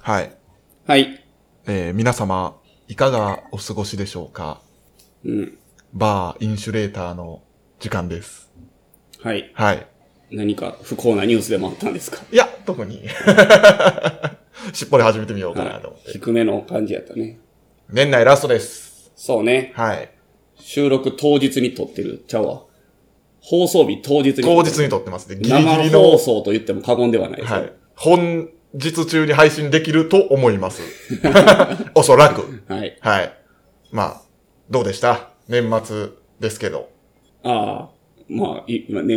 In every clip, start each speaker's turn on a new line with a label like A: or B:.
A: はい。
B: はい。
A: えー皆様、いかがお過ごしでしょうか
B: うん。
A: バーインシュレーターの時間です。
B: はい。
A: はい。
B: 何か不幸なニュースでもあったんですか
A: いや、特に。 しっぽり始めてみようかなと思って。
B: 低めの感じやったね。
A: 年内ラストです。
B: そうね。
A: はい。
B: 収録当日に撮ってる。ちゃうわ。放送日当日に。
A: 当日に撮ってますね。ギリギ
B: 生
A: リの。
B: 放送と言っても過言ではないです
A: は
B: ね。
A: い。本日中に配信できると思います。 おそらく。
B: はい。
A: はい。まあ、どうでした年末ですけど。
B: ああ、まあ、い 今ね、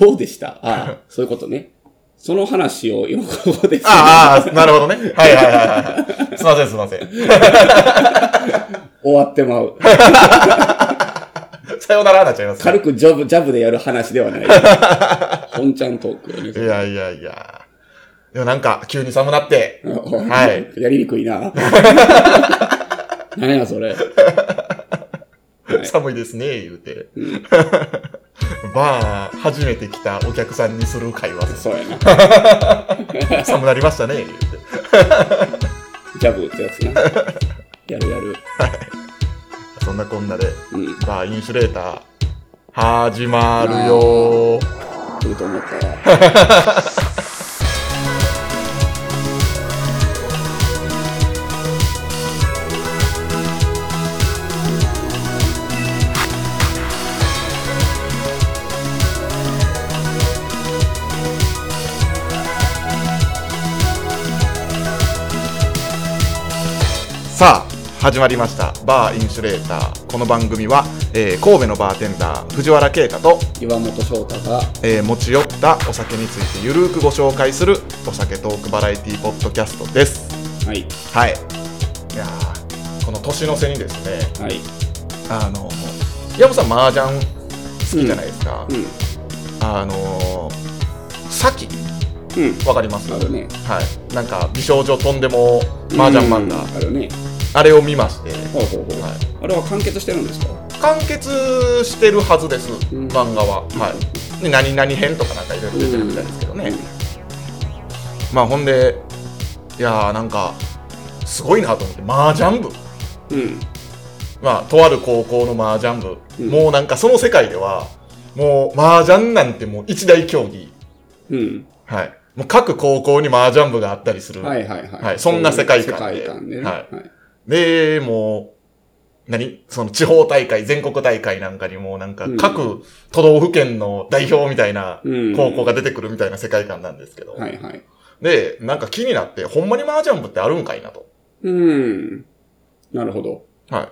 B: どうでしたああ、そういうことね。その話を今ここです、
A: ああああ、なるほどね。はいはいはいはい。すいませんすいません。
B: 終わってまう。
A: さようならになっちゃいます、ね。
B: 軽くジャブ、ジャブでやる話ではない。 本ちゃんトークよ
A: い
B: ね。
A: やいやいや。でもなんか、急に寒なって。はい。
B: やりにくい な。何やそれ。
A: 寒いですね、言うて。 バー、初めて来たお客さんにする会話です。
B: そうやな。
A: 寒なりましたね、言うて。
B: ジャブってやつな。やるやる。
A: そんなこんなで、
B: うん。
A: バーインシュレーター、始まるよー。
B: 来ると思ったわ。
A: さあ始まりましたバーインシュレーターこの番組は、えー神戸のバーテンダー藤原啓太と、
B: 岩本翔太が、
A: えー持ち寄ったお酒についてゆるーくご紹介するお酒トークバラエティポッドキャストです
B: はい、
A: はいいやーこの年の瀬にですね
B: はい。
A: あの山本さん麻雀好きじゃないですか、
B: う
A: あのさき
B: ん。うん。
A: わかります
B: あるね
A: はいなんか美少女とんでも麻雀漫画、
B: うんあるね。
A: あれを見まして
B: ほうほうほう。
A: はい
B: あれは完結してるんですか
A: 完結してるはずです、
B: うん
A: 漫画は、はい、で何々編とかなんかいろいろ出てるみたいですけどね、まあほんでいやーなんかすごいなと思って麻雀部
B: うん。
A: まあとある高校の麻雀部、
B: うん
A: もうなんかその世界ではもう麻雀なんてもう一大競技
B: うん。
A: はいもう各高校に麻雀部があったりする、
B: はいはいはい。
A: はいそんな世界観で
B: 世界観でね。。
A: はいでもう何その地方大会、全国大会なんかにも、なんか
B: うん
A: 各都道府県の代表みたいな
B: うん
A: 高校が出てくるみたいな世界観なんですけど。
B: はいはい。
A: で、なんか気になって、ほんまに麻雀部ってあるんかいなと。
B: うん。なるほど。
A: は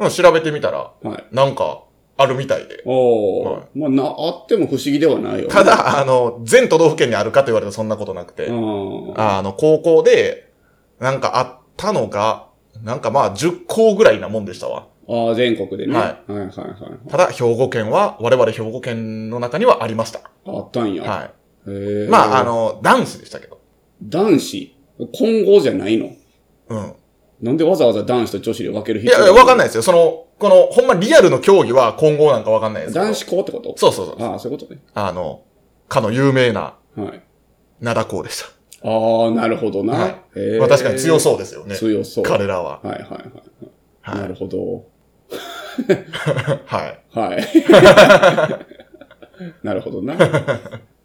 A: いうん。調べてみたら、
B: はい。
A: なんかあるみたいで。
B: おお、
A: は
B: まあな、あっても不思議ではないよ、ね。
A: た、だ、あの、全都道府県にあるかと言われたらそんなことなく
B: う
A: て、
B: ん。は
A: あの、高校で、なんかあったのが、なんかまあ10校ぐらいなもんでしたわ。
B: ああ、全国でね。
A: は
B: はいはいはい。
A: ただ、兵庫県は、我々兵庫県の中にはありました。
B: あったんや。
A: はい。
B: へえ。
A: まあ、あ。の、男子でしたけど。
B: 男子混合じゃないの
A: うん。
B: なんでわざわざ男子と女子で分ける
A: い
B: 必要
A: や、いやわかん
B: ない。
A: ないですよ。その、この、ほんまリアルの競技は混合なんかわかんないですけど。
B: 男子校ってこと
A: そうそうそう。
B: ああ、そういうことね。
A: あの、かの有名な
B: はい。
A: 灘校でし
B: ああ、なるほどな。
A: は
B: はい
A: た。まあ確かに強そうですよね。
B: 強そう。
A: 彼らは。
B: はいはいはい。な
A: は
B: るほど。
A: い。はい。
B: はい。 なるほどな。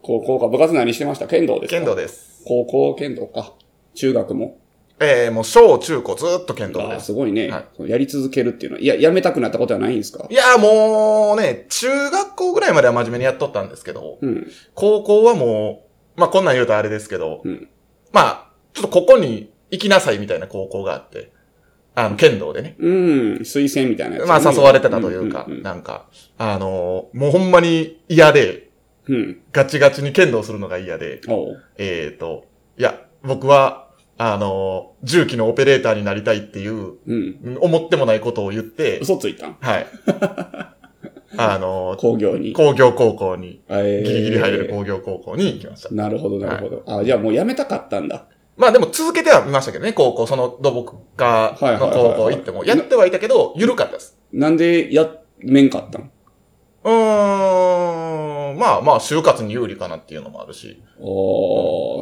B: 高校か。部活何してました剣道ですか
A: 剣道です。
B: 高校剣道か。中学も。
A: えー、もう小中高ずーっと剣道
B: あ
A: で
B: あ、
A: す。
B: すごいね、
A: はい
B: そのやり続けるっていうのは。いや、やめたくなったことはないんですか
A: いやーもうね、中学校ぐらいまでは真面目にやっとったんですけど、
B: うん。
A: 高校はもう、まあこんなん言うとあれですけど、
B: うん
A: まあ、ちょっとここに行きなさいみたいな高校があって、あの、剣道でね。
B: うん。推薦みたいなやつ、
A: まあ誘われてたというか、
B: うんうん
A: なんか、あのーもうほんまに嫌で、
B: うん。うん
A: ガチガチに剣道するのが嫌で、
B: おう
A: えっ、と、いや、僕は、あのー重機のオペレーターになりたいっていう、
B: うん。
A: うん思ってもないことを言って、
B: 嘘ついたん
A: はい。あのー
B: 工業に。
A: 工業高校に、
B: え
A: ギ
B: ー
A: リギリ入れる工業高校に行きました。
B: なるほど、なるほど。あ、じゃあもうやめたかったんだ。
A: まあでも続けてはみましたけどね、高校、その土木科の高校行っても、
B: はいはいはいは
A: や
B: い
A: ってはいたけど、緩かったです。
B: なんでやめんかったん
A: うーん、まあまあ、就活に有利かなっていうのもあるし。
B: あ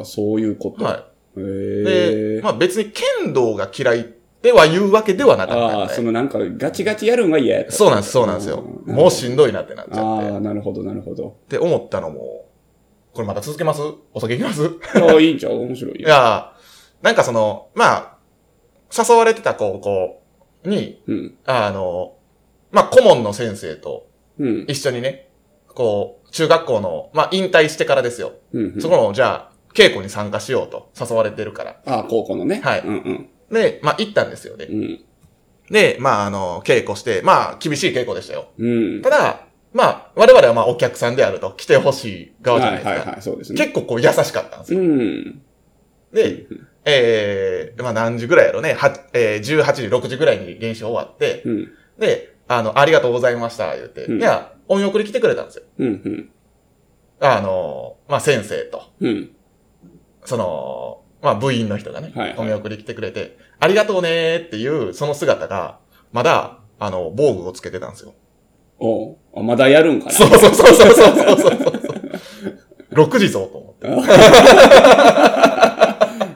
B: あ、そういうこと。
A: は
B: へ
A: で
B: え、。
A: まあ別に剣道が嫌いっては言うわけではなかった
B: あ
A: ん
B: あ、
A: で。
B: そのなんかガチガチやるんは嫌やと
A: そうなんです、そうなんですよ。
B: うん
A: もうしんどいなってなっちゃって。
B: ああ、なるほど、なるほ ど。
A: って思ったのも、これまた続けますお酒いきますい
B: ああ、いいんちゃう面白いよ。
A: や、なんかその、まあ、誘われてた高校に、
B: うん。
A: あの、まあ顧問の先生と
B: うん。
A: 一緒にね、こう、中学校の、まあ引退してからですよ。
B: うん。
A: そこの、じゃあ、稽古に参加しようと誘われてるから。
B: ああ、高校のね。
A: はい
B: うんうん。
A: で、まあ行ったんですよね。
B: うん。
A: で、まああの、稽古して、まあ厳しい稽古でしたよ。
B: うん。
A: ただ、まあ、我々はまあお客さんであると、来てほしい側じゃ
B: は
A: ないで
B: い
A: すか。
B: はいはい、そうですね。
A: 結構こう優しかったんですよ。
B: うん。
A: で、えー、まあ何時ぐらいやろね、はえー、18時、6時ぐらいに練習終わって、
B: うん。
A: で、あの、ありがとうございました、言って、
B: うん
A: いや、お見送り来てくれたんですよ。
B: うん。うん。
A: あの、まあ先生と、
B: うん。
A: その、まあ部員の人がね、
B: はいはい
A: お見送り来てくれて、ありがとうねーっていう、その姿が、まだ、あの、防具をつけてたんですよ。
B: おうあまだやるんかな。
A: そうそうそうそうそうそうそうそう。6時ぞと思 って。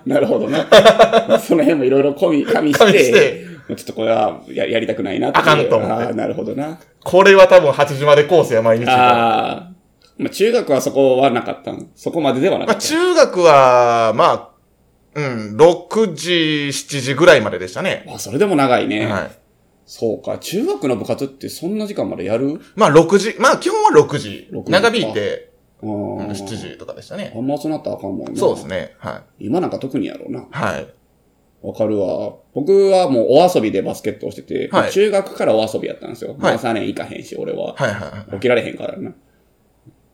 B: なるほどね。その辺もいろいろ込み、加味
A: 加
B: し
A: 味
B: て、
A: して
B: もうちょっとこれはややりたくないなっていう。
A: あかんと思って
B: ああ、なるほどな。
A: これは多分8時までコースや毎日。
B: ああ。まあ、中学はそこはなかったんそこまでではな
A: ま
B: か
A: あ、
B: った。
A: 中学は、まあ、うん、6時、7時ぐらいまででしたね。
B: あ、それでも長いね。
A: はい。
B: そうか。中学の部活ってそんな時間までやる
A: まあ、6時、まあ、基本は6時。
B: 6時
A: 長引いて、
B: あ
A: うん
B: ー
A: 7。時とかでしたね。
B: あんまそうなったらあかんもんな。
A: そうですね。は
B: 今なんか特にやろうな。
A: い。はい。
B: わかるわ。僕はもうお遊びでバスケットをしてて、
A: はい
B: 中学からお遊びやったんですよ。
A: はい
B: 朝練行かへんし、俺は。
A: はいはい。
B: 起きられへんからな。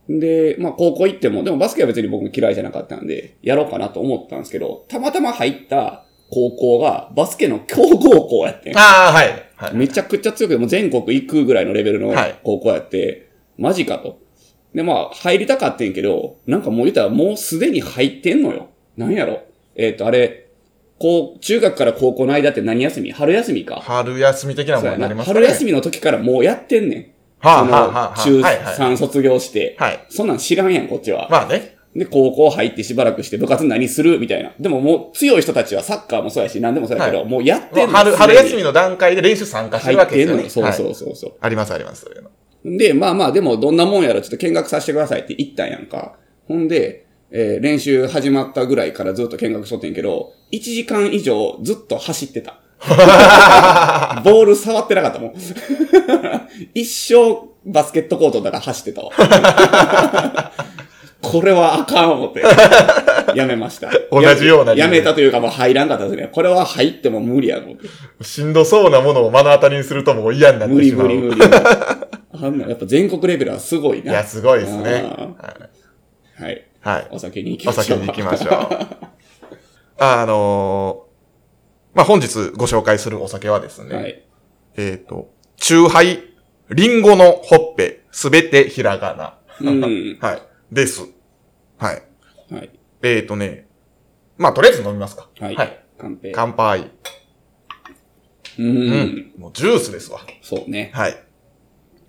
B: で、まあ高校行っても、でもバスケは別に僕嫌いじゃなかったんで、やろうかなと思ったんですけど、たまたま入った高校がバスケの強豪校やってん。
A: ああ、はい。はい。
B: めちゃくちゃ強くて、もう全国行くぐらいのレベルの
A: はい
B: 高校やって、マジかと。で、まあ、入りたかってんけど、なんかもう言ったらもうすでに入ってんのよ。なんやろ。えっ、と、あれ、こう、中学から高校の間って何休み春休みか。
A: 春休み的なも
B: そ
A: の
B: うや
A: にな
B: な
A: ります
B: 春休
A: み。
B: みの時からもうやってんねん。
A: はあ、
B: その
A: はあ、はあ。
B: 中
A: はいはい。
B: 3卒業して。
A: はい。
B: そんなん知らんやん、こっちは。
A: まあね。
B: で、高校入ってしばらくして部活何するみたいな。でももう強い人たちはサッカーもそうやし、何でもそうやけど、
A: は
B: もうやってんの
A: 春、春休み
B: の
A: の段階で練習参加して
B: 入
A: るわ
B: っ
A: けです
B: てん
A: よ
B: の
A: ね。
B: よ。そう
A: はい
B: そうそうそう。
A: ありますあります、そういうの。
B: で、まあまあ、でもどんなもんやらちょっと見学させてくださいって言ったんやんか。ほんで、えー練習始まったぐらいからずっと見学しとってんけど、1時間以上ずっと走っ てた。ボール触ってなかったもん。一生バスケットコートだから走ってたわ。 これはあかん思って。やめました。
A: 同じような理由
B: やめたというかもう入らんかったですね。これは入っても無理やと思って。
A: しんどそうなものを目の当たりにするともう嫌になっ
B: 無
A: て
B: 理
A: しまう。
B: 無理 無理。あんな、やっぱ全国レベルはすごい
A: いや、
B: な。
A: すごいですね。
B: あはい。
A: はい。はい。
B: お酒に行き
A: お
B: まし
A: 酒
B: ょう。
A: に行きま しょう。あのーまあ、本日ご紹介するお酒はですね、
B: はい。
A: えっ、と、中杯、リンゴのほっぺ、すべてひらがな。
B: うん。
A: はい。です。はい。
B: はい。
A: えっ、とね、まあ、とりあえず飲みますか。
B: はい。乾杯。
A: 乾杯。
B: うん。
A: うん。もうジュースですわ。
B: そうね。
A: はい。っ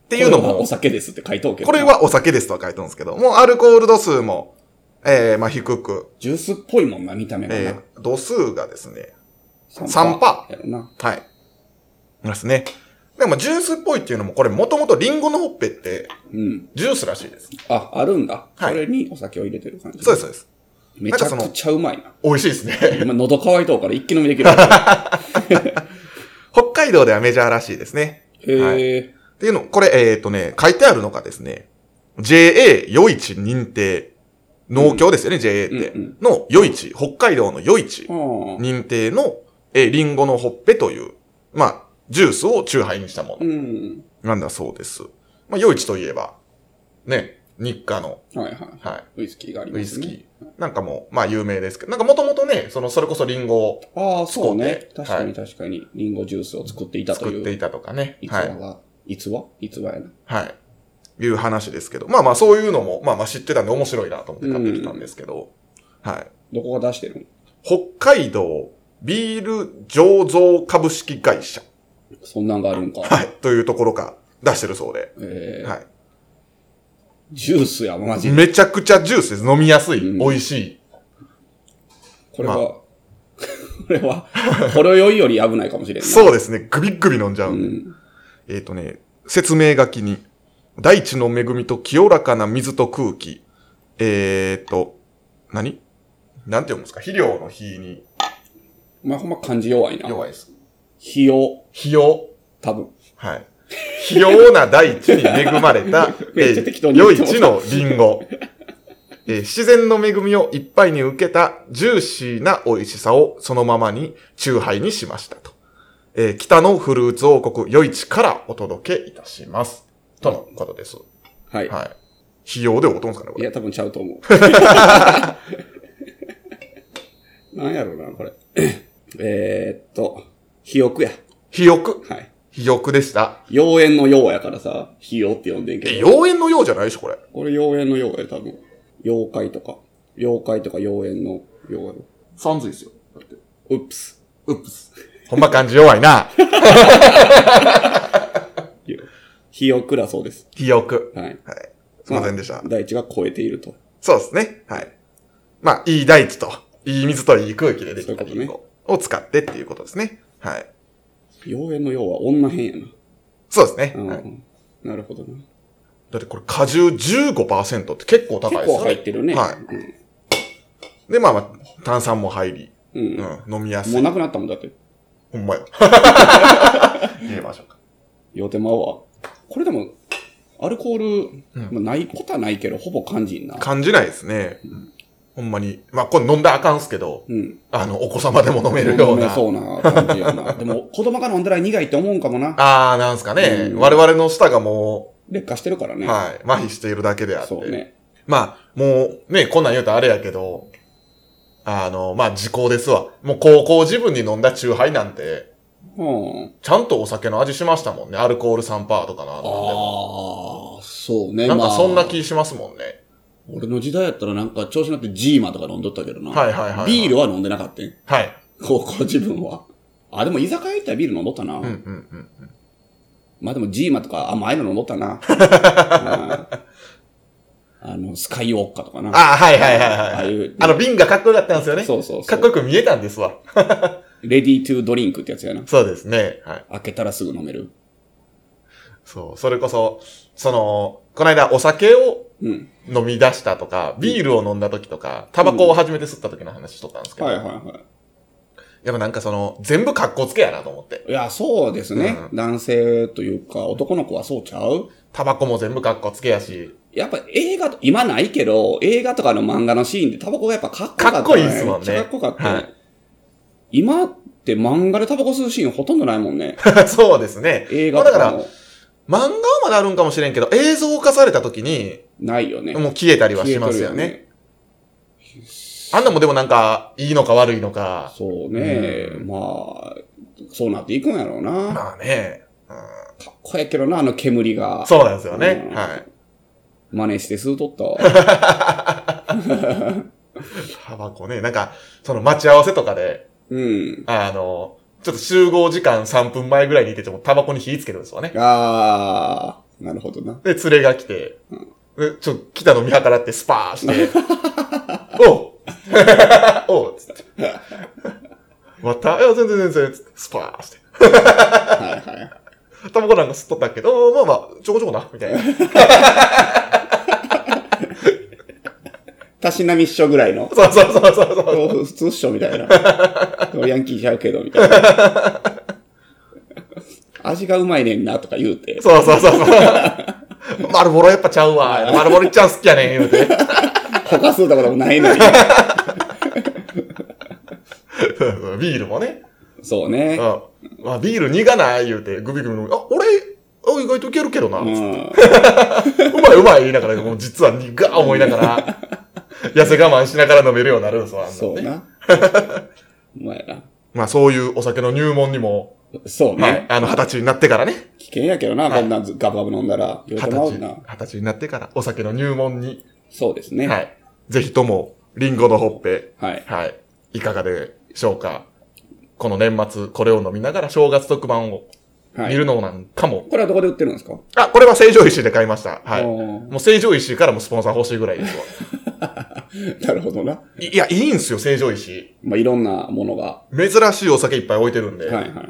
A: ていうの
B: これは
A: も
B: お、酒ですって書いとうけど。
A: これ。はお酒ですとは書いてるんですけど、もうアルコール度数も、えー、まあ、低く、
B: ジュースっぽいもんな、見た目が
A: え
B: な。
A: ー、度数がですね、
B: 3%
A: パ
B: やろな。
A: はい。ですね。でも、ジュースっぽいっていうのも、これもともとリンゴのほっぺって、
B: うん。
A: ジュースらしいです。
B: あ、あるんだ。
A: はい
B: それにお酒を入れてる感じ。
A: そうです、そうです。
B: めちゃくちゃうまいな。
A: 美味しいですね。
B: 今喉乾いとうから一気飲みできる。
A: 北海道ではメジャーらしいですね。
B: へえ。
A: っていうの、これ、えっ、とね、書いてあるのがですね、JA 余市認定、農協ですよね、JA って。
B: うんうん
A: の余市、北海道の余市
B: あー
A: 認定の、えーリンゴのほっぺという、まあ、ジュースをチューハイにしたも
B: う
A: の
B: ん。
A: なんだそうです。まあ、余市といえば、ね、日課の、
B: はいはい。
A: はい。
B: ウイスキーがあり
A: ウ
B: ま
A: イ
B: す
A: ス
B: ね。
A: キー。なんかもう、まあ有名ですけど、なんかもともとね、その、それこそリンゴを
B: ああ、そうね。
A: 使う
B: 確
A: て
B: かに確かに。リンゴジュースを作っていたと
A: 作って
B: いう
A: いたとかね。
B: 逸
A: は
B: 話
A: い。
B: が、逸話逸話やな。
A: はい。いう話ですけど、まあまあそういうのも、まあまあ知ってたんで面白いなと思って買ってきたんですけど、はい。
B: どこが出してるん
A: 北海道ビール醸造株式会社、
B: そんなんがあるんか。
A: はい、というところから出してるそうで、
B: えー
A: は
B: ジュースや、マ
A: い。
B: ジで。
A: めちゃくちゃジュースです。飲みやすい、
B: うん
A: 美味しい。
B: これは、
A: まあ
B: これは、ほろ酔いより危ないかもしれんない。
A: そうですね。グビッグビ飲んじゃう。
B: ん
A: えっ、とね、説明書きに、大地の恵みと清らかな水と空気。えっ、と、何なんて読むんですか肥料の肥に
B: お前ほんま漢字弱いな。
A: 弱いです。
B: 費用、
A: 肥用。
B: 多分。
A: はい。肥用な大地に恵まれた、
B: め
A: え
B: っちゃ適当
A: ー、
B: に言
A: 良
B: っ
A: い
B: ても
A: 地のリンゴ。 えー自然の恵みをいっぱいに受けたジューシーな美味しさをそのままに中杯にしましたと。えー北のフルーツ王国良い地からお届けいたします。とのことです。
B: はい。
A: はい。費用でおとんすかね、こ
B: い
A: れ。
B: や、多分ちゃう と思う。なんやろうな、これ。えーっと、肥沃や。
A: 肥欲
B: はい。
A: 肥欲でした。
B: 妖艶の妖やからさ、肥沃って呼んでん
A: え、
B: けど。
A: 妖艶のようじゃないでしょ、これ。
B: これ妖艶の妖や、多分。妖怪とか。妖怪とか妖艶の妖やろ。
A: さんずいですよ。だって。
B: うっぷす。
A: うっす。ほんま感じ弱いな。
B: 肥沃だそうです。
A: 肥欲。
B: はい。
A: はい。すいませんでした
B: あ。大地が超えていると。
A: そうですね。はい。まあ、いい大地と、いい水といい空気でできた
B: そうい
A: リン
B: うこ
A: ゴを使ってっていうことですね。はい。
B: 妖艶の妖は女編やな。
A: そうですね。
B: うん。
A: はい
B: なるほどな。
A: だってこれ果汁15%って結構高いですよ
B: 結
A: ね。
B: 構入ってるね。
A: は
B: う
A: い。で、まあまあ、炭酸も入り、
B: ん
A: う
B: うん
A: ん、飲みやす
B: もう
A: い。
B: なくなったもんだって。
A: ほんまよ。 入れましょうか。
B: よてまうわ。これでも、アルコール、
A: う
B: まあ、ないことはないけど、ほぼ感じんな。
A: 感じないですね。ほんまに。まあ、これ飲んだらあかんすけど、
B: うん。
A: あの、お子様でも飲めるような。
B: そうな感じやな。 でも、子供が飲んだら苦いって思うんかもな。
A: あー、なんすかね。
B: うん
A: 我々の舌がも
B: 劣化してるから
A: う、
B: ね。
A: はい、麻痺しているだけであって。
B: そうね。
A: まあ、もう、ね、こんなん言うとあれやけど、あの、まあ、時効ですわ。もう高校自分に飲んだチューハイなんて、
B: うん。
A: ちゃんとお酒の味しましたもんね。アルコール3%とかな
B: あ
A: んか
B: あ、そうね。
A: で。なん
C: ま
A: か
C: あ
A: そんな気しますもんね。
C: 俺の時代やったらなんか調子乗ってジーマとか飲んどったけどな。
A: はいはいはいはい
C: ビールは飲んでなかったん。
A: はい。
C: 高校自分は。あ、でも居酒屋行ったらビール飲んどったな。
A: うんうんうん。
C: まあでもジーマとか甘いの飲んど ったな。うんあの、スカイウォッカとかな。
A: ああ、はいはいはい
C: ああ
A: はいい。
C: う
A: あの瓶がかっこよかったんですよね。
C: そうそうそう
A: かっこよく見えたんですわ。
C: レディートゥードリンクってやつやな。
A: そうですね。はい。
C: 開けたらすぐ飲める。
A: そう。それこそ、その、この間お酒を
C: うん。
A: 飲み出したとか、ビールを飲んだ時とか、タバコを初めて吸った時の話しとったんですけど、
C: はいはいは
A: やっぱなんかその、全部格好つけやなと思って。
C: い。いや、そうですね。
A: う
C: 男性というか、男の子はそうちゃう
A: タバコも全部格好つけやし、
C: やっぱ映画と、今ないけど、映画とかの漫画のシーンでタバコがやっぱかっこよかった、
A: かっこいいっすもんね
C: めちゃかっこよかった、
A: は
C: 今って漫画でタバコ吸うシーンほとんどないもんね。
A: そうですね。
C: 映画と
A: まあ
C: か
A: だ
C: も
A: から、漫画はまだあるんかもしれんけど、映像化された時に、
C: ないよね。
A: もう消えたりはしますよね。。あんなもんでもなんか、いいのか悪いのか、
C: そうね、
A: う
C: まあ、そうなっていくんやろうな。かっ
A: まあね、うん
C: こやけどな、あの煙が。
A: そうなんですよね
C: う。ん
A: はい。
C: 真似して吸うとったわ。
A: タバコね、なんか、その待ち合わせとかで、
C: うん。
A: あの、ちょっと集合時間3分前ぐらいにいててもタバコに火つけるんですよね。
C: あー、なるほどな。
A: で、連れが来て、でちょ、来たの見計らってスパーして、 おう おうつって。またいや、全然全然、つってスパーして。
C: はいはい。
A: タバコなんか吸っとったけど、まあまあ、ちょこちょこな、みたいな。
C: たしなみっしょぐらいの。
A: そうそうそうそうそう。
C: 普通っしょみたいな。ヤンキーちゃうけど、みたいな。 味がうまいねんな、とか言うて。
A: そうそうそうそう。 マルボロやっぱちゃうわ。マルボロいっちゃん好きやねん、言うて。
C: 他吸うたこともないのに。
A: ビールもね。
C: そう
A: う
C: ね
A: ん。。まあ、ビール苦ない、言うて、グビグビ飲む。あ、俺、あ意外といけるけどな。
C: う。
A: うんまいうまい言いながら、もう実は苦い思いながら、痩せ我慢しながら飲めるようになるんすわ。あんなんね
C: そうな。お前な。
A: まあそういうお酒の入門にも、
C: そう
A: はい
C: ね。
A: あの、二十歳になってからね。
C: 危険やけどな、
A: はい
C: こんなんずガブガブ飲んだら。酔う
A: 二
C: て
A: 十
C: まう
A: 歳、
C: な
A: 二。十歳になってからお酒の入門に、
C: そうですね。
A: は
C: はい。
A: い。ぜひとも、リンゴのほっぺ、
C: はい。
A: はい。いかがでしょうか。この年末、これを飲みながら正月特番を
B: はい
A: 見るのなんかも。
B: これはどこで売ってるんですか
A: あ、これは成城石井で買いました。はい。も
B: お
A: う成城石井からもスポンサー欲しいぐらいですわ。
B: ーなるほどな。
A: いいや、いいんすよ、成城石井。
B: まあ、いろんなものが。
A: 珍しいお酒いっぱい置いてるんで、
B: はいはいはいはい。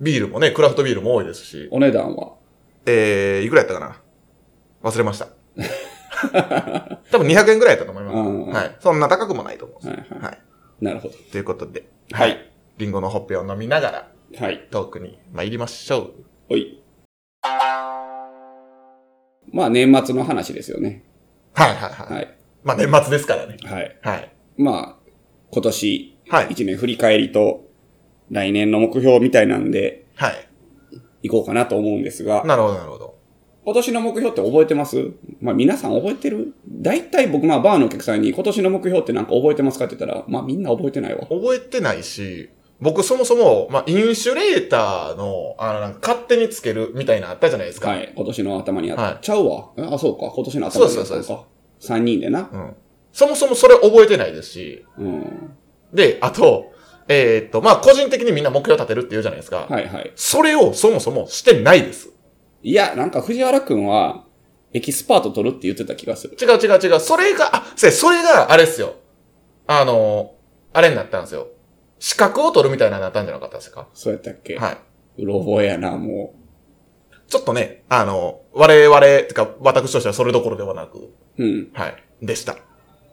A: ビールもね、クラフトビールも多いですし。
B: お値段は
A: えー、いくらやったかな忘れま した。多分200円ぐらいやったと思い
B: うん
A: ます。はい。そんな高くもないと思うんです。
B: はい
A: はい。
B: なるほど。
A: ということで、
B: はい。
A: リンゴのほっぺを飲みながら、
B: はい。
A: トークに参りましょう。
B: おい。まあ、年末の話ですよね。
A: はいはいはい。
B: はい。
A: まあ年末ですからね。
B: はい。
A: はい。
B: まあ、今年、
A: はい
B: 一年振り返りと、来年の目標みたいなんで、
A: はい。
B: いこうかなと思うんですが、
A: なるほどなるほど。
B: 今年の目標って覚えてますまあ皆さん覚えてる大体僕まあバーのお客さんに今年の目標ってなんか覚えてますかって言ったら、まあみんな覚えてないわ。
A: 覚えてないし、僕そもそも、まあ、インシュレーターの、あの、なんか勝手につけるみたいなのあったじゃないですか。
B: はい。今年の頭にあっ
A: はい
B: ちゃうわ。えあ、そうか。今年の頭にあった
A: そうそう
B: の
A: そ
B: か。3人でな。
A: うん。そもそもそれ覚えてないですし、
B: うん。
A: で、あと、えーっと、まあ、個人的にみんな目標立てるって言うじゃないですか。
B: はいはい。
A: それをそもそもしてないです。
B: いや、なんか藤原くんは、エキスパート取るって言ってた気がする。
A: 違う違う違う。それが、あ、せやそれが、あれっすよ。あの、あれになったんですよ。資格を取るみたいなのになったんじゃなかったですか
B: そうやったっけ
A: はい。
B: い。うろ覚えやな、も
A: ちょっとね、あの、我々、てか、私としてはそれどころではなく、
B: う。うん。
A: はい、でした。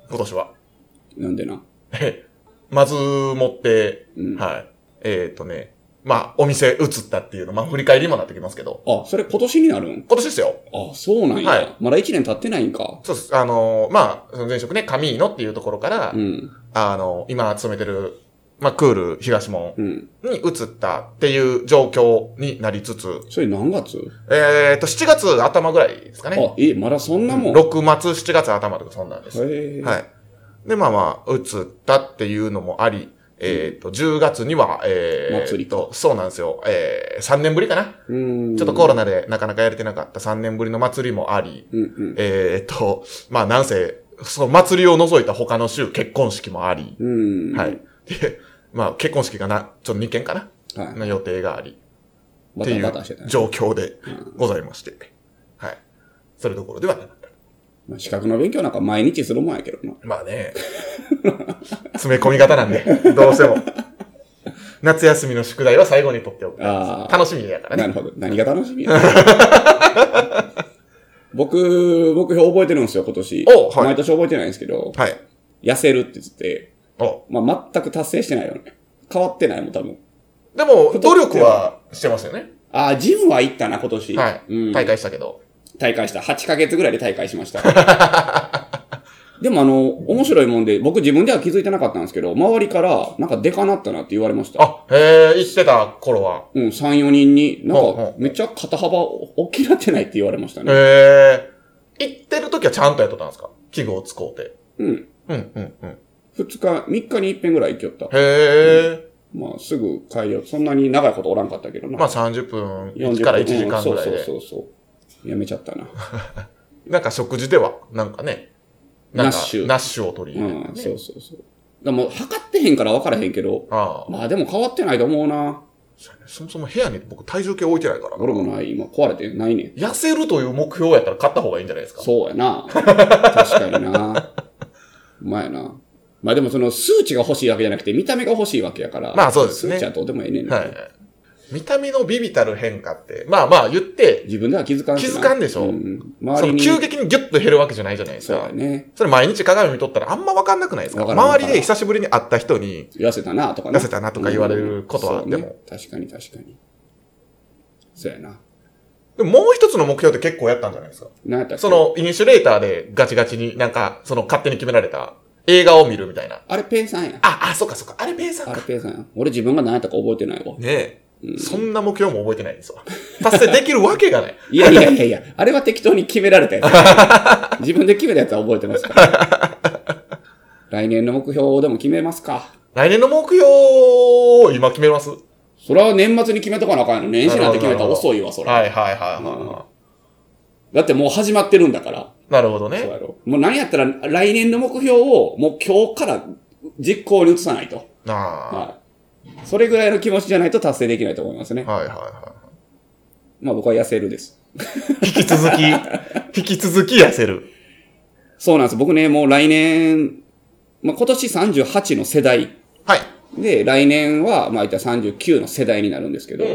A: 今年は。
B: なんでな。
A: えまず、もって、
B: うん。
A: はい。えっ、ー、とね、まあ、お店移ったっていうの、まあ、振り返りにもなってきますけど、
B: あ、それ今年になるん
A: 今年ですよ。
B: あ、そうなんや。
A: はい
B: まだ1年経ってないんか。
A: そうです。あの、まあ、その前職ね、カミーノっていうところから、
B: うん。
A: あの、今勤めてる、まあ、クール東門
B: うん。
A: に移ったっていう状況になりつつ、
B: それ何月
A: えっ、ー、と、7月頭ぐらいですかね。
B: あ、え、まだそんなもん。
A: 6末、7月頭とかそんなんです。
B: へえ。
A: はい。で、まあまあ、移ったっていうのもあり、えっ、と、10月には、えー、
B: 祭り
A: と、そうなんですよ。えー、3年ぶりかな。
B: うーん。
A: ちょっとコロナでなかなかやれてなかった3年ぶりの祭りもあり、
B: うんうん。
A: えっ、と、まあ、なんせ、その祭りを除いた他の週、結婚式もあり、
B: うん。
A: はい。。で、まあ、結婚式がな、ちょっと2件かな
B: はい。
A: の予定があり、っ
B: バ
A: てい
B: タ
A: う
B: バタしてたね。
A: 状況でございまして。はい。それどころではなかった。
B: まあ、資格の勉強なんか毎日するもんやけどな。
A: まあね。 詰め込み型なんで、どうしても。夏休みの宿題は最後に取っておく。
B: あ
A: 楽しみやから
B: あ。
A: ね。
B: なるほど。何が楽しみや。 僕、目標覚えてるんですよ、今年。
A: おはい
B: 毎年覚えてないんですけど、
A: はい。
B: 痩せるって言って、
A: お
B: まあ、全く達成してないよね。変わってないもん、多分。
A: でも、努力はしてますよね。
B: ああ、ジムは行ったな、今年。
A: は
B: う
A: い。
B: ん。
A: 大会したけど。
B: 大会した。8ヶ月ぐらいで大会し ました。でもあの、面白いもんで、僕自分では気づいてなかったんですけど、周りから、なんかでかなったなって言われました。
A: あ、へえ、行ってた頃は。
B: うん、3、4人に、な
A: ほ
B: ん
A: うほ
B: か、めっちゃ肩幅大きなってないって言われましたね。
A: へえ。行ってる時はちゃんとやっとったんですか器具を使うて。
B: うん。
A: うん、うん、うん。へ
B: 2日、3日に一遍ぐらい行きよった。
A: え。
B: まあ、すぐ帰りよ。そんなに長いことおらんかったけどな。
A: まあ30分
B: 40分
A: 1から1時間ぐらい
B: うん
A: で。
B: そうそうそうそう。やめちゃったな。
A: なんか食事では、なんかね。なんか
B: ナッシュ
A: ナッシュを取り
B: う
A: 入れて、ね。
B: ん、そうそうそう。でも、測ってへんから分からへんけど、
A: ああ。
B: まあでも変わってないと思うな。
A: そもそも部屋に僕体重計置いてないから。
B: 俺もない、今壊れてないねん。
A: 痩せるという目標やったら買った方がいいんじゃないですか。
B: そうやな。確かにな。うまいな。まあでもその数値が欲しいわけじゃなくて見た目が欲しいわけやから。
A: まあそうですね
B: 数値はどうでもええねんな。
A: はい。見た目のビビたる変化って、まあまあ言って、
B: 自分では気づかんしな
A: 気づかんでしょ
B: うん、
A: そ
B: 周り
A: の
B: に。
A: 急激にギュッと減るわけじゃないじゃないです
B: そう
A: か
B: や。ね。
A: それ毎日鏡見とったらあんまわかんなくないですか
B: わからん
A: 周りで久しぶりに会った人に、
B: 痩せたなとかね。
A: 痩せたなとか言われることはあっても
B: うんそうね確かに確かに。そうやな。
A: でももう一つの目標って結構やったんじゃないですか。
B: なんやったっけ
A: そ、の、イニシュレーターでガチガチになんか、その勝手に決められた映画を見るみたいな。
B: あれペイさんや。
A: あ、あ、そっかそっか。あれ、ペイさん
B: あれ
A: か。
B: ペイさんや。俺自分が何やったか覚えてないわ。
A: ねえ。そんな目標も覚えてないんですわ。達成できるわけが ない。
B: いやいやいやいや、あれは適当に決められたや つ。自分で決めたやつは覚えてますから。来年の目標をでも決めますか。
A: 来年の目標を今決めます
B: それは年末に決めとかなあかんの。年始なんて決めたら遅いわ、それ。
A: はいはいはいは
B: だってもう始まってるんだから。
A: い。なるほど
B: そう
A: ね。
B: やろ。もうなんやったら来年の目標をもう今日から実行に移さないと。
A: なあ。
B: はい。それぐらいの気持ちじゃないと達成できないと思いますね。
A: はいはいは
B: まあ僕は痩せるです。
A: 引き続き、 引き続き痩せる。
B: そうなんです。僕ね、もう来年、まあ今年38の世代
A: はい。
B: で、来年は、まあ言ったら39の世代になるんですけど、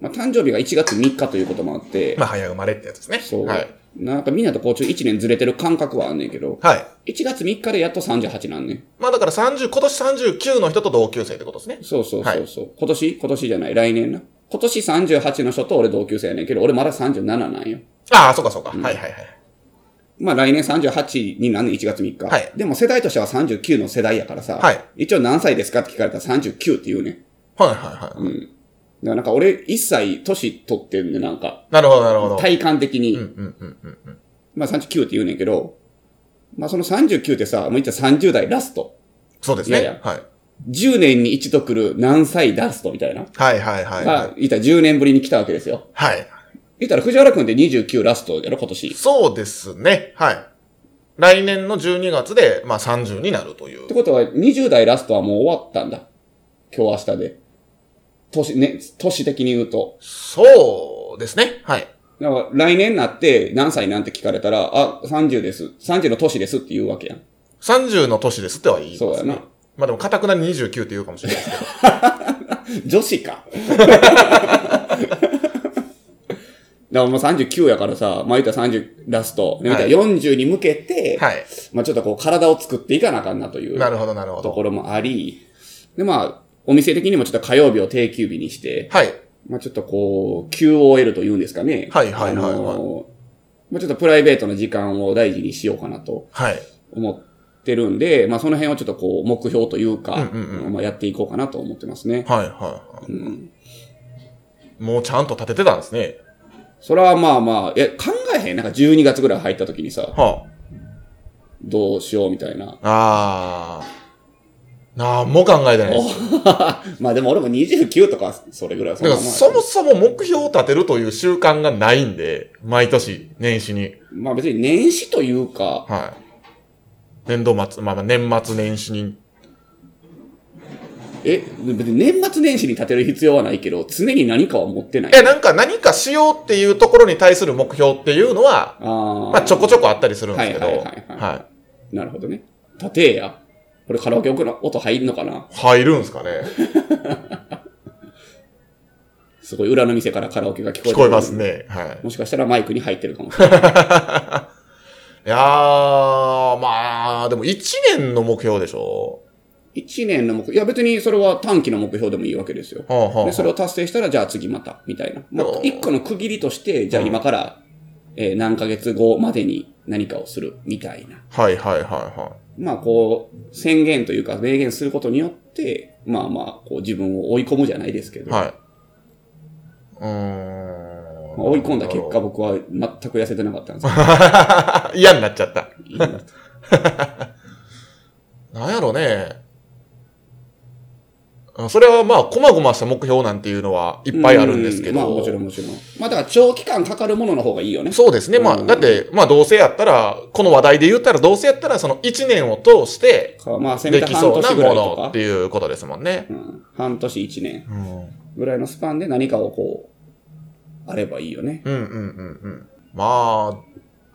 B: まあ誕生日が1月3日ということもあって、
A: まあ、早生まれってやつですね。
B: そう、
A: はい。
B: なんかみんなとこうちょ1年ずれてる感覚はあんねんけど、
A: はい。
B: 1月3日でやっと38なんね。
A: まあ、だから30、今年39の人と同級生ってことですね。
B: そうそうそうそう、今年今年じゃない、来年な。今年38の人と俺同級生やねんけど、俺まだ37なんよ。
A: ああ、そうかそうか。はいはいはい。
B: まあ来年38になんねん、1月3日。
A: はい
B: でも世代としては39の世代やからさ、
A: はい
B: 一応何歳ですかって聞かれたら39って言うねん。だか
A: はいはいはい。
B: らなんか俺1歳年取ってるんで、なんか、
A: なるほどなるほど。
B: 体感的に、
A: うんうんうんうん。
B: まあ39って言うねんけど、まあその39ってさ、もういったら30代ラスト。
A: そうですね。
B: いやいや
A: はい。
B: 10年に一度来る何歳ラストみたいな。
A: はいはいはい。はい。
B: が、いったら10年ぶりに来たわけですよ。
A: はい、
B: 言ったら藤原くんって29ラストやろ、今年。
A: そうですね。はい。来年の12月で、まあ30になるという
B: って。ことは、20代ラストはもう終わったんだ。今日明日で。年、ね、年的に言うと。
A: そうですね。はい。
B: だから来年になって何歳なんて聞かれたら、あ、30です。30の年ですって言うわけやん。
A: 30の年ですっては言います、
B: そうやな。
A: まあでも、かたくなに29って言うかもしれない ですけど。
B: 女子か。 だからもう39やからさ、まあ言ったら30ラスト。で、言ったら40に向けて、
A: はい。
B: まあちょっとこう体を作っていかなあかんなという
A: なるほどなるほ
B: と
A: ど。
B: ころもあり、でまあ、お店的にもちょっと火曜日を定休日にして、
A: はい。
B: まあちょっとこう、QOL というんですかね。
A: はいはいはいはい
B: あのまあちょっとプライベートの時間を大事にしようかなと
A: はい。
B: 思ってるんで、まあその辺をちょっとこう、目標というか、
A: うんうん
B: まあやっていこうかなと思ってますね。
A: はいはいはい。もうちゃんと立ててたんですね。
B: それはまあまあ、いや、考えへん。なんか12月ぐらい入った時にさ、
A: は
B: どうしようみたいな。
A: あ。ああ。なんも考えてないです。
B: まあでも俺も29とか、それぐらい
A: だからそもそも目標を立てるという習慣がないんで、毎年、年始に。
B: まあ別に年始というか、
A: はい。年度末、まあまあ年末年始に。
B: え、別に年末年始に立てる必要はないけど、常に何かは持ってない。
A: え、なんか何かしようっていうところに対する目標っていうのは、
B: あー
A: まあちょこちょこあったりするんですけど。
B: はいはいはいはい
A: は。
B: なるほどね。立てや。これカラオケ奥の音入んのかない
A: 入るんすかね。
B: すごい裏の店からカラオケが聞こえて
A: 聞
B: る
A: こえます。ね。はい。
B: もしかしたらマイクに入ってるかもしれない。
A: いやー、まあ、でも1年の目標でしょ。
B: 1年の目標、いや別にそれは短期の目標でもいいわけですよ。
A: はあはあはあ
B: で、それを達成したら、じゃあ次また、みたいな。まあ
A: お、ー
B: 一個の区切りとして、じゃあ今から、えー何ヶ月後までに何かをする、みたいな。
A: はいはいはいは
B: まあ、こう、宣言というか、明言することによって、まあまあ、こう自分を追い込むじゃないですけ
A: い。
B: ど、
A: はい。うーん。
B: まあ追い 込んだ結果、僕は全く痩せてなかったんですよ
A: 嫌になっちゃった。
B: いいな
A: なんやろね。あそれはまあ、こまごました目標なんていうの はいっぱいあるんですけど。
B: うまあもちろんもちろん。まあだから長期間かかるものの方がいいよね。
A: そうですね。まあ、だって、まあ、どうせやったら、この話題で言ったら、どうせやったら、その1年を通して、
B: かまあせめ
A: で
B: て
A: き
B: 半
A: そうな
B: 年ぐら
A: も
B: いと
A: の
B: か
A: って。いうことですもんね。
B: うん、半年一年
A: うん
B: ぐらいのスパンで何かをこう、あればいいよね。
A: うんうんうんうん。まあ、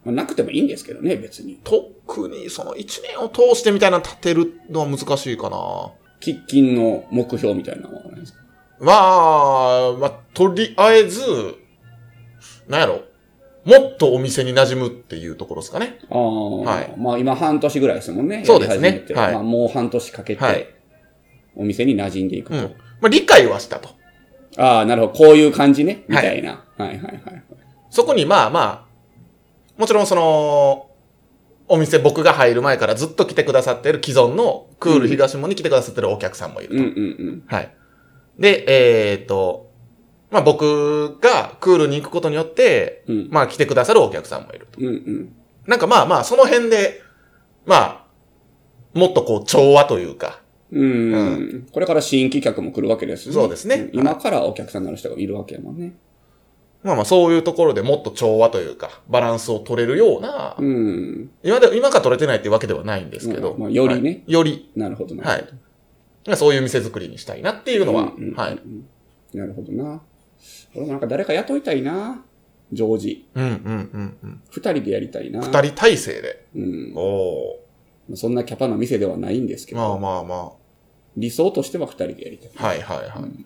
B: まあ、なくてもいいんですけどね、別に。
A: 特にその1年を通してみたいなの立てるのは難しいかな。
B: 喫緊の目標みたいなのはないですか。
A: まあ、まあ、とりあえず、なんやろ、もっとお店に馴染むっていうところですかね。
B: ああ、
A: はい
B: まあ今半年ぐらいですもんね。
A: そうですね
B: やり始めて
A: はい
B: まあもう半年かけて、
A: はい
B: お店に馴染んでいく
A: う
B: と。
A: ん。まあ、理解はしたと。
B: ああ、なるほど。こういう感じね。みたいな。はい、はい、はいはい。
A: そこにまあまあ、もちろんその、お店僕が入る前からずっと来てくださってる既存のクール東門に来てくださってるお客さんもいると。
B: うんうんうん。
A: はい。で、えっ、と、まあ僕がクールに行くことによって、
B: うん
A: まあ来てくださるお客さんもいると。
B: うんうん。
A: なんかまあまあ、その辺で、まあ、もっとこう調和というか、
B: うん、
A: う
B: これから新規客も来るわけですよ
A: そうですね
B: 今からお客さんになる人がいるわけやもんね。
A: まあまあそういうところでもっと調和というか、バランスを取れるような、
B: うん。
A: 今で、今が取れてないってわけではないんですけど、
B: うんまあよりね
A: はいより、
B: なるほどな。
A: はい。そういう店作りにしたいなっていうのは、
B: うんうん
A: はい。
B: なるほどな。俺もなんか誰か雇いたいな。ジョージ。
A: うんうんうんうん。
B: 二人でやりたいな。
A: 二人体制で。
B: うん。
A: おお
B: まあそんなキャパの店ではないんですけ
A: ー。
B: ど、
A: まあまあま
B: 理想としては二人でやりたい。
A: あ。はいはいはい。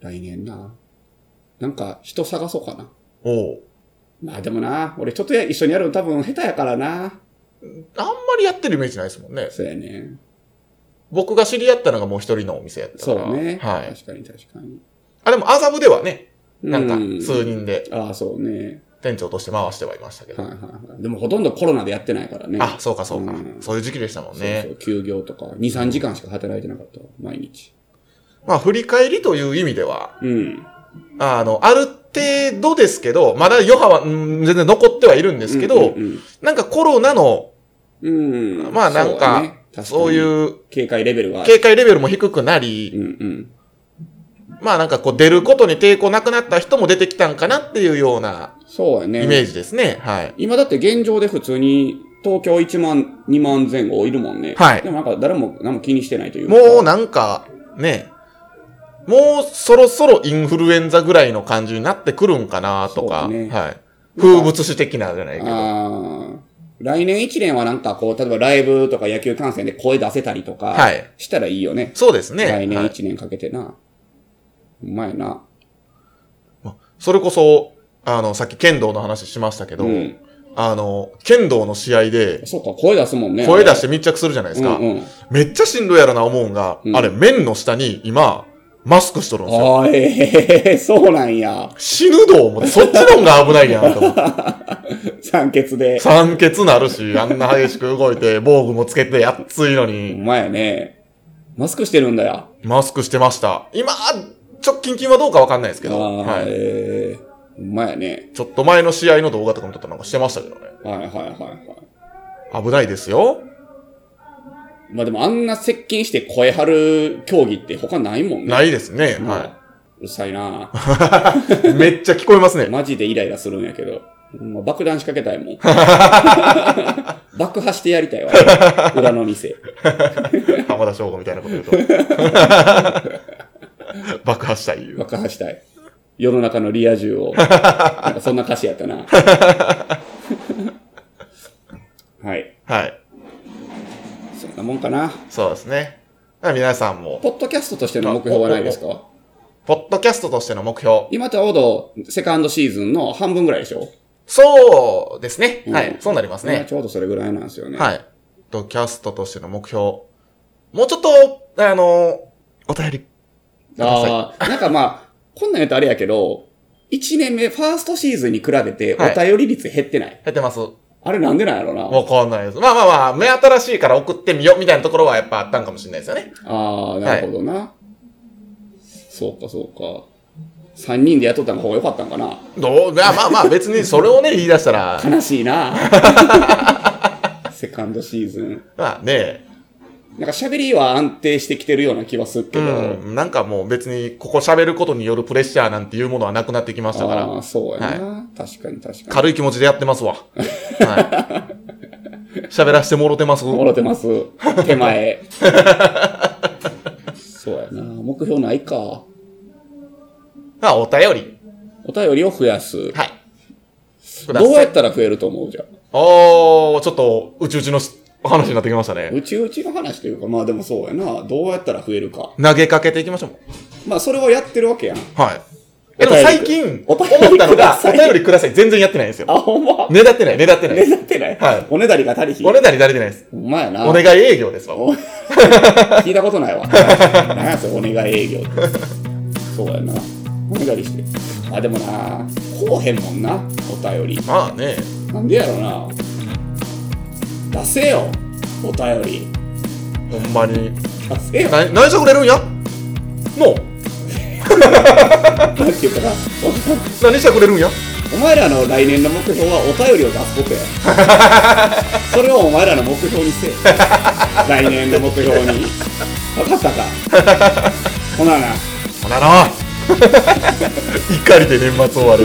B: 来年な。なんか人探そうかな。
A: おお。
B: まあでもな、俺ちょっとや一緒にやるの多分下手やからな。
A: あんまりやってるイメージないですもんね。
B: そうやね。
A: 僕が知り合ったのがもう一人のお店やったか
B: そ
A: ら。
B: うね。
A: はい。
B: 確かに確かに。
A: あ、でも麻布ではね、なんか
B: う
A: 数人で
B: ああ、そうね。
A: 店長として回してはいましたけ
B: はい
A: ど。
B: はいはい。でもほとんどコロナでやってないからね。
A: あ、そうかそうか
B: う。ん
A: そういう時期でしたもん
B: そう
A: ね。
B: そう休業とか、2、3時間しか働いてなかったわ、毎日。
A: まあ振り返りという意味では、
B: うん。
A: あの、ある程度ですけど、まだ余波は、うん全然残ってはいるんですけど、
B: うん
A: なんかコロナの、
B: うんうん。うん
A: まあなんか、そう
B: うやね。
A: いう
B: 確かに警戒レベルは。
A: 警戒レベルも低くなり、
B: うんうん。
A: まあなんかこう出ることに抵抗なくなった人も出てきたんかなっていうような
B: そうやね。
A: イメージですね。はい。
B: 今だって現状で普通に東京1万、2万前後いるもんね。
A: はい
B: でもなんか誰も何も気にしてないというか。
A: もうなんか、ね、もうそろそろインフルエンザぐらいの感じになってくるんかなとか、
B: そうね
A: はい。風物詩的なじゃないけど。
B: ああ。来年1年はなんかこう、例えばライブとか野球観戦で声出せたりとか、
A: はい
B: したらいいよね。
A: そうですね。
B: 来年
A: はい
B: 1年かけてな。うまいな。
A: それこそ、あの、さっき剣道の話しましたけど、
B: うん
A: あの、剣道の試合で、
B: そうか、声出すもんね。
A: 声出してて密着するじゃないですか。
B: うんうん。
A: めっちゃしんどいやろな思うんが、
B: うん
A: あれ、面の下に今、マスクしとるんですよ。
B: ああ、ええそうなんや。
A: 死ぬど思って、そっちの方が危ないやんと思って。
B: 酸欠で。
A: 酸欠なるし、あんな激しく動いて、防具もつけて、やっついの
B: お
A: に、
B: 前やね。マスクしてるんだよ。
A: マスクしてました。今、直近近はどうかわかんないですけ
B: あ
A: ど、
B: あ、
A: はい。
B: ええお前やね。
A: ちょっと前の試合の動画とかも撮ったなんかしてましたけどね。
B: はいはいはいはい。
A: 危ないですよ。
B: まあでもあんな接近して声張る競技って他ないもんね。
A: ないですね。
B: うん
A: は
B: うるさいな
A: い。めっちゃ聞こえますね。
B: マジでイライラするんやけど。ほんま爆弾仕掛けたいもん。爆破してやりたいわ。裏の店。
A: 浜田省吾みたいなこと言う と。爆破したいいう。
B: 爆破したい。世の中のリア充を。なんかそんな歌詞やった な。はい。
A: はい。
B: そんなもんかな。
A: そうですね。だから皆さんも、
B: ポッドキャストとしての目標はないですか
A: ポッドキャストとしての目標。
B: 今ちょうどセカンドシーズンの半分ぐらいでしょ
A: そうですね。は
B: う
A: い
B: ん。
A: そうなります
B: 今
A: ね。
B: ちょうどそれぐらいなんですよね。
A: はい。ポッドキャストとしての目標。もうちょっと、あの、お便り。
B: ああ、なんかまあ、こんなん言うとあれやけど、1年目、ファーストシーズンに比べて
A: はい
B: お便り率減ってない。
A: やってます。わ
B: あれなんでなんやろな。
A: かんないです。まあまあまあ、目新しいから送ってみようみたいなところはやっぱあったんかもしれないですよね。
B: ああ、なるほどな。そうか、そうか。3人でやっとった方が良かったんかな。
A: どうまあまあまあ、別にそれをね、言い出したら、
B: 悲し いな。セカンドシーズン。
A: まあね、
B: なんか喋りは安定してきてるような気はするけど。
A: うん、なんかもう別にここ喋ることによるプレッシャーなんていうものはなくなってきましたから、
B: ああ、そうやな、確かに確かに。
A: 軽い気持ちでやってます わ。はい。喋らせてもろてます。
B: もろてます。 手前。そうやな。目標ないか。
A: あ、お便り。
B: お便りを増やす。
A: はい。くだ
B: どう
A: さ
B: や
A: い。
B: ったら増えると思うじゃん。
A: おー、ちょっと、うちうちのし話になってきましたね。
B: うちうちの話というか、まあでもそうやな。どうやったら増えるか。
A: 投げかけていきましょう。
B: まあそれをやってるわけやん。
A: はい。え、で
B: お
A: も
B: 便り
A: 最近、
B: お
A: 思っ
B: 便り
A: たの
B: くだ
A: が、
B: さ
A: お
B: い
A: 便りください。全然やってないんですよ。
B: あ、ほんま
A: ねだってない、ねだってない。
B: だってない、
A: はい
B: おねだりが足りひん。
A: おねだりだれてないです。
B: ほんまやな。
A: お願い営業ですわ。
B: お聞いたことない わ。何やそれお願い営業って。そうやな。おねだりして。あ、でもな、こうへんもんな、お便り。
A: まあね、
B: なんでやろな。出せよ、お便り。
A: ほんまに。
B: 出せよ。
A: な内緒くれるんやの
B: なんていうかな。
A: 何してくれるんや
B: おお前らの来年の目標はお便りを出すことや。それをお前らの目標にせえ。来年の目標に。分かったか。ほなな。
A: ほなの怒りで年末終わる。